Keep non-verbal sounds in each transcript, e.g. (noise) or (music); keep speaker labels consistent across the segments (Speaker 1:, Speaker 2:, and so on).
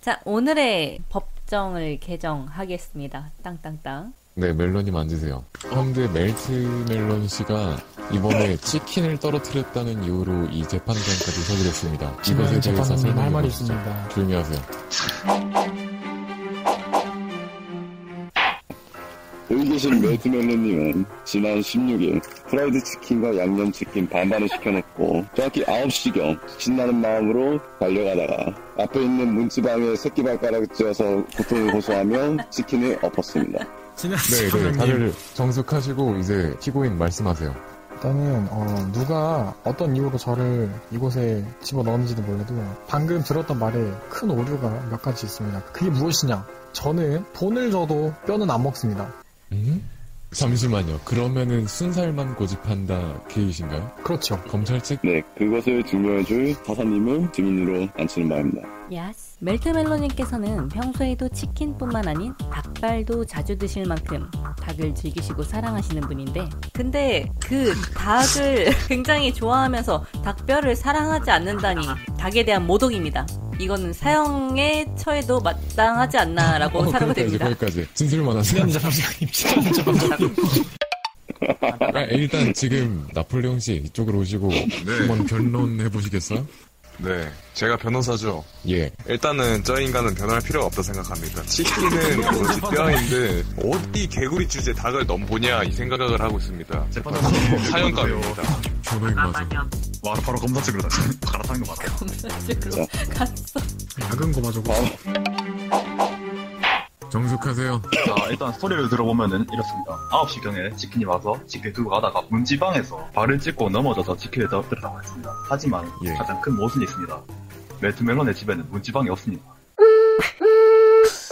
Speaker 1: 자, 오늘의 법정을 개정하겠습니다. 땅땅땅.
Speaker 2: 네, 멜론님 앉으세요. 그런데 멜트 멜론 씨가 이번에 치킨을 떨어뜨렸다는 이유로 이 재판장까지 서게 됐습니다. 이것에 대해서
Speaker 3: 네, 재판장님 할
Speaker 2: 설명해
Speaker 3: 말이
Speaker 2: 보시죠.
Speaker 3: 있습니다.
Speaker 2: 조용히 하세요.
Speaker 4: 여기 계신 매트멜로님은 지난 16일 프라이드 치킨과 양념치킨 반반을 시켜놓고 정확히 9시경 신나는 마음으로 달려가다가 앞에 있는 문지방에 새끼발가락을 찧어서 고통을 고소하며 치킨을 엎었습니다.
Speaker 3: 지난
Speaker 2: 네, 네, 다들 정숙하시고 이제 피고인 말씀하세요.
Speaker 3: 일단은 어, 누가 어떤 이유로 저를 이곳에 집어넣었는지도 몰라도 방금 들었던 말에 큰 오류가 몇 가지 있습니다. 그게 무엇이냐? 저는 돈을 줘도 뼈는 안 먹습니다.
Speaker 2: 음? 잠시만요. 그러면은 순살만 고집한다 케이신가요?
Speaker 3: 그렇죠.
Speaker 2: 검찰 측
Speaker 4: 네, 그것을 증명해줄 사사님을 증인으로 앉히는 바입니다.
Speaker 1: 야스. 멜트멜로님께서는 평소에도 치킨뿐만 아닌 닭발도 자주 드실 만큼 닭을 즐기시고 사랑하시는 분인데, 근데 그 닭을 (laughs) 굉장히 좋아하면서 닭뼈를 사랑하지 않는다니 닭에 대한 모독입니다. 이거는 사형에 처해도 마땅하지 않나라고
Speaker 3: 아,
Speaker 1: 사료가
Speaker 2: 그러니까 거기까지
Speaker 1: 됩니다.
Speaker 2: 거기까지 진술만 하세요.
Speaker 3: 재판장님, 시간 재판장님.
Speaker 2: 아, 일단 지금 나폴레옹 씨 이쪽으로 오시고 한번 변론해 보시겠어요?
Speaker 5: 네, 제가 변호사죠.
Speaker 2: 예.
Speaker 5: 일단은 저 인간은 변할 필요가 없다 생각합니다. 치킨은 오로지 뼈인데 어디 개구리 주제 닭을 넘보냐 이 생각을 하고 있습니다. (laughs) 사형감입니다.
Speaker 2: 저는 맞아.
Speaker 6: 와
Speaker 2: (laughs)
Speaker 6: 바로 검사측으로 다시 갈아타는 거 맞아
Speaker 1: 검찰식으로 갔어.
Speaker 3: 작은 거 마저 고
Speaker 2: 어. 정숙하세요.
Speaker 6: 자 일단 스토리를 들어보면은 이렇습니다 9시경에 치킨이 와서 치킨 두고 가다가 문지방에서 발을 찢고 넘어져서 치킨을 더 들어다고 했습니다 하지만
Speaker 2: 예.
Speaker 6: 가장 큰 모순이 있습니다 매트멜론의 집에는 문지방이 없습니다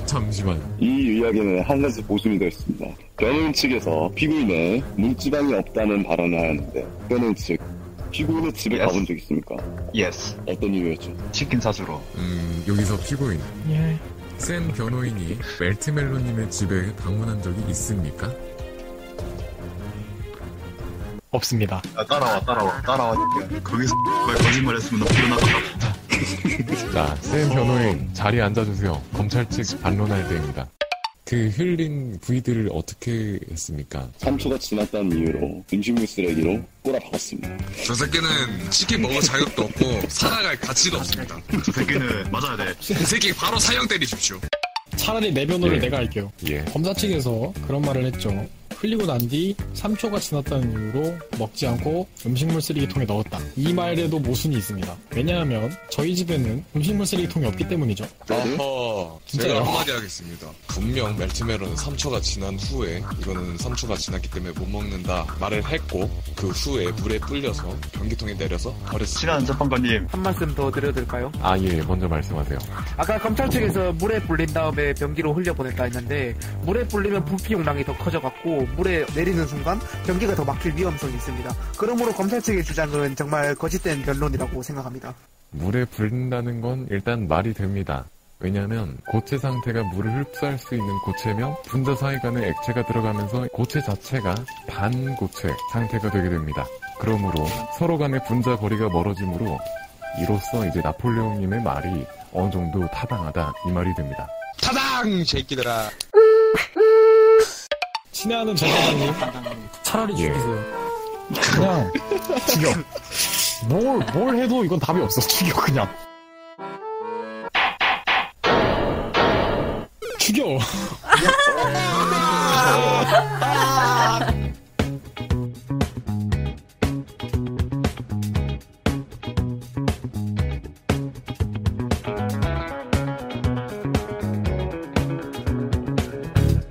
Speaker 2: 잠시만.
Speaker 4: 이 이야기는 한 가지 보충이 되어 있습니다. 변호인 측에서 피고인의 문지방이 없다는 발언을 하였는데 변호인 측, 피고인의 집에
Speaker 6: Yes.
Speaker 4: 가본 적 있습니까?
Speaker 6: 예스
Speaker 4: 어떤 이유였죠?
Speaker 6: 치킨 사주로
Speaker 2: 음, 여기서 피고인.
Speaker 3: 예.
Speaker 2: 센 변호인이 멜트멜로님의 집에 방문한 적이 있습니까?
Speaker 3: 없습니다.
Speaker 6: 야 아, 따라와 따라와 따라와 거기서 말 거짓말 했으면 너 불어나간다고
Speaker 2: 자, 센 변호인 자리에 앉아주세요. 검찰 측 반론할 때입니다. 그 흘린 부위들을 어떻게 했습니까?
Speaker 4: 3초가 지났다는 이유로 음식물 쓰레기로 꼬라박았습니다.
Speaker 5: 저 새끼는 치킨 먹을 자격도 없고 살아갈 가치도 없습니다.
Speaker 6: 저 새끼는 맞아야 돼
Speaker 5: 이 새끼 바로 사형 때리십시오.
Speaker 3: 차라리 내 변호를
Speaker 2: 예.
Speaker 3: 내가 할게요.
Speaker 2: 예.
Speaker 3: 검사 측에서 그런 말을 했죠. 흘리고 난 뒤 3초가 지났다는 이유로 먹지 않고 음식물 쓰레기통에 넣었다. 이 말에도 모순이 있습니다. 왜냐하면 저희 집에는 음식물 쓰레기통이 없기 때문이죠.
Speaker 5: 어허,
Speaker 3: 진짜요?
Speaker 5: 제가 한마디 하겠습니다. 분명 멜트메론은 3초가 지난 후에 이거는 3초가 지났기 때문에 못 먹는다 말을 했고 그 후에 물에 불려서 변기통에 내려서 버렸습니다.
Speaker 6: 친한 재판관님
Speaker 7: 한 말씀 더 드려도 될까요?
Speaker 2: 아, 예, 먼저 말씀하세요.
Speaker 7: 아까 검찰 측에서 물에 불린 다음에 변기로 흘려보냈다 했는데 물에 불리면 부피 용량이 더 커져갖고 물에 내리는 순간 변기가 더 막힐 위험성이 있습니다. 그러므로 검찰 측의 주장은 정말 거짓된 변론이라고 생각합니다.
Speaker 2: 물에 불린다는 건 일단 말이 됩니다. 왜냐하면 고체 상태가 물을 흡수할 수 있는 고체며 분자 사이 간에 액체가 들어가면서 고체 자체가 반고체 상태가 되게 됩니다. 그러므로 서로 간의 분자 거리가 멀어지므로 이로써 이제 나폴레옹님의 말이 어느 정도 타당하다 이 말이 됩니다.
Speaker 5: 타당! 새끼들아!
Speaker 3: 친애하는 재판장님 차라리
Speaker 2: 예.
Speaker 3: 죽이세요. 그냥 죽여. 뭘, 뭘 해도 이건 답이 없어. 죽여, 그냥. 죽여.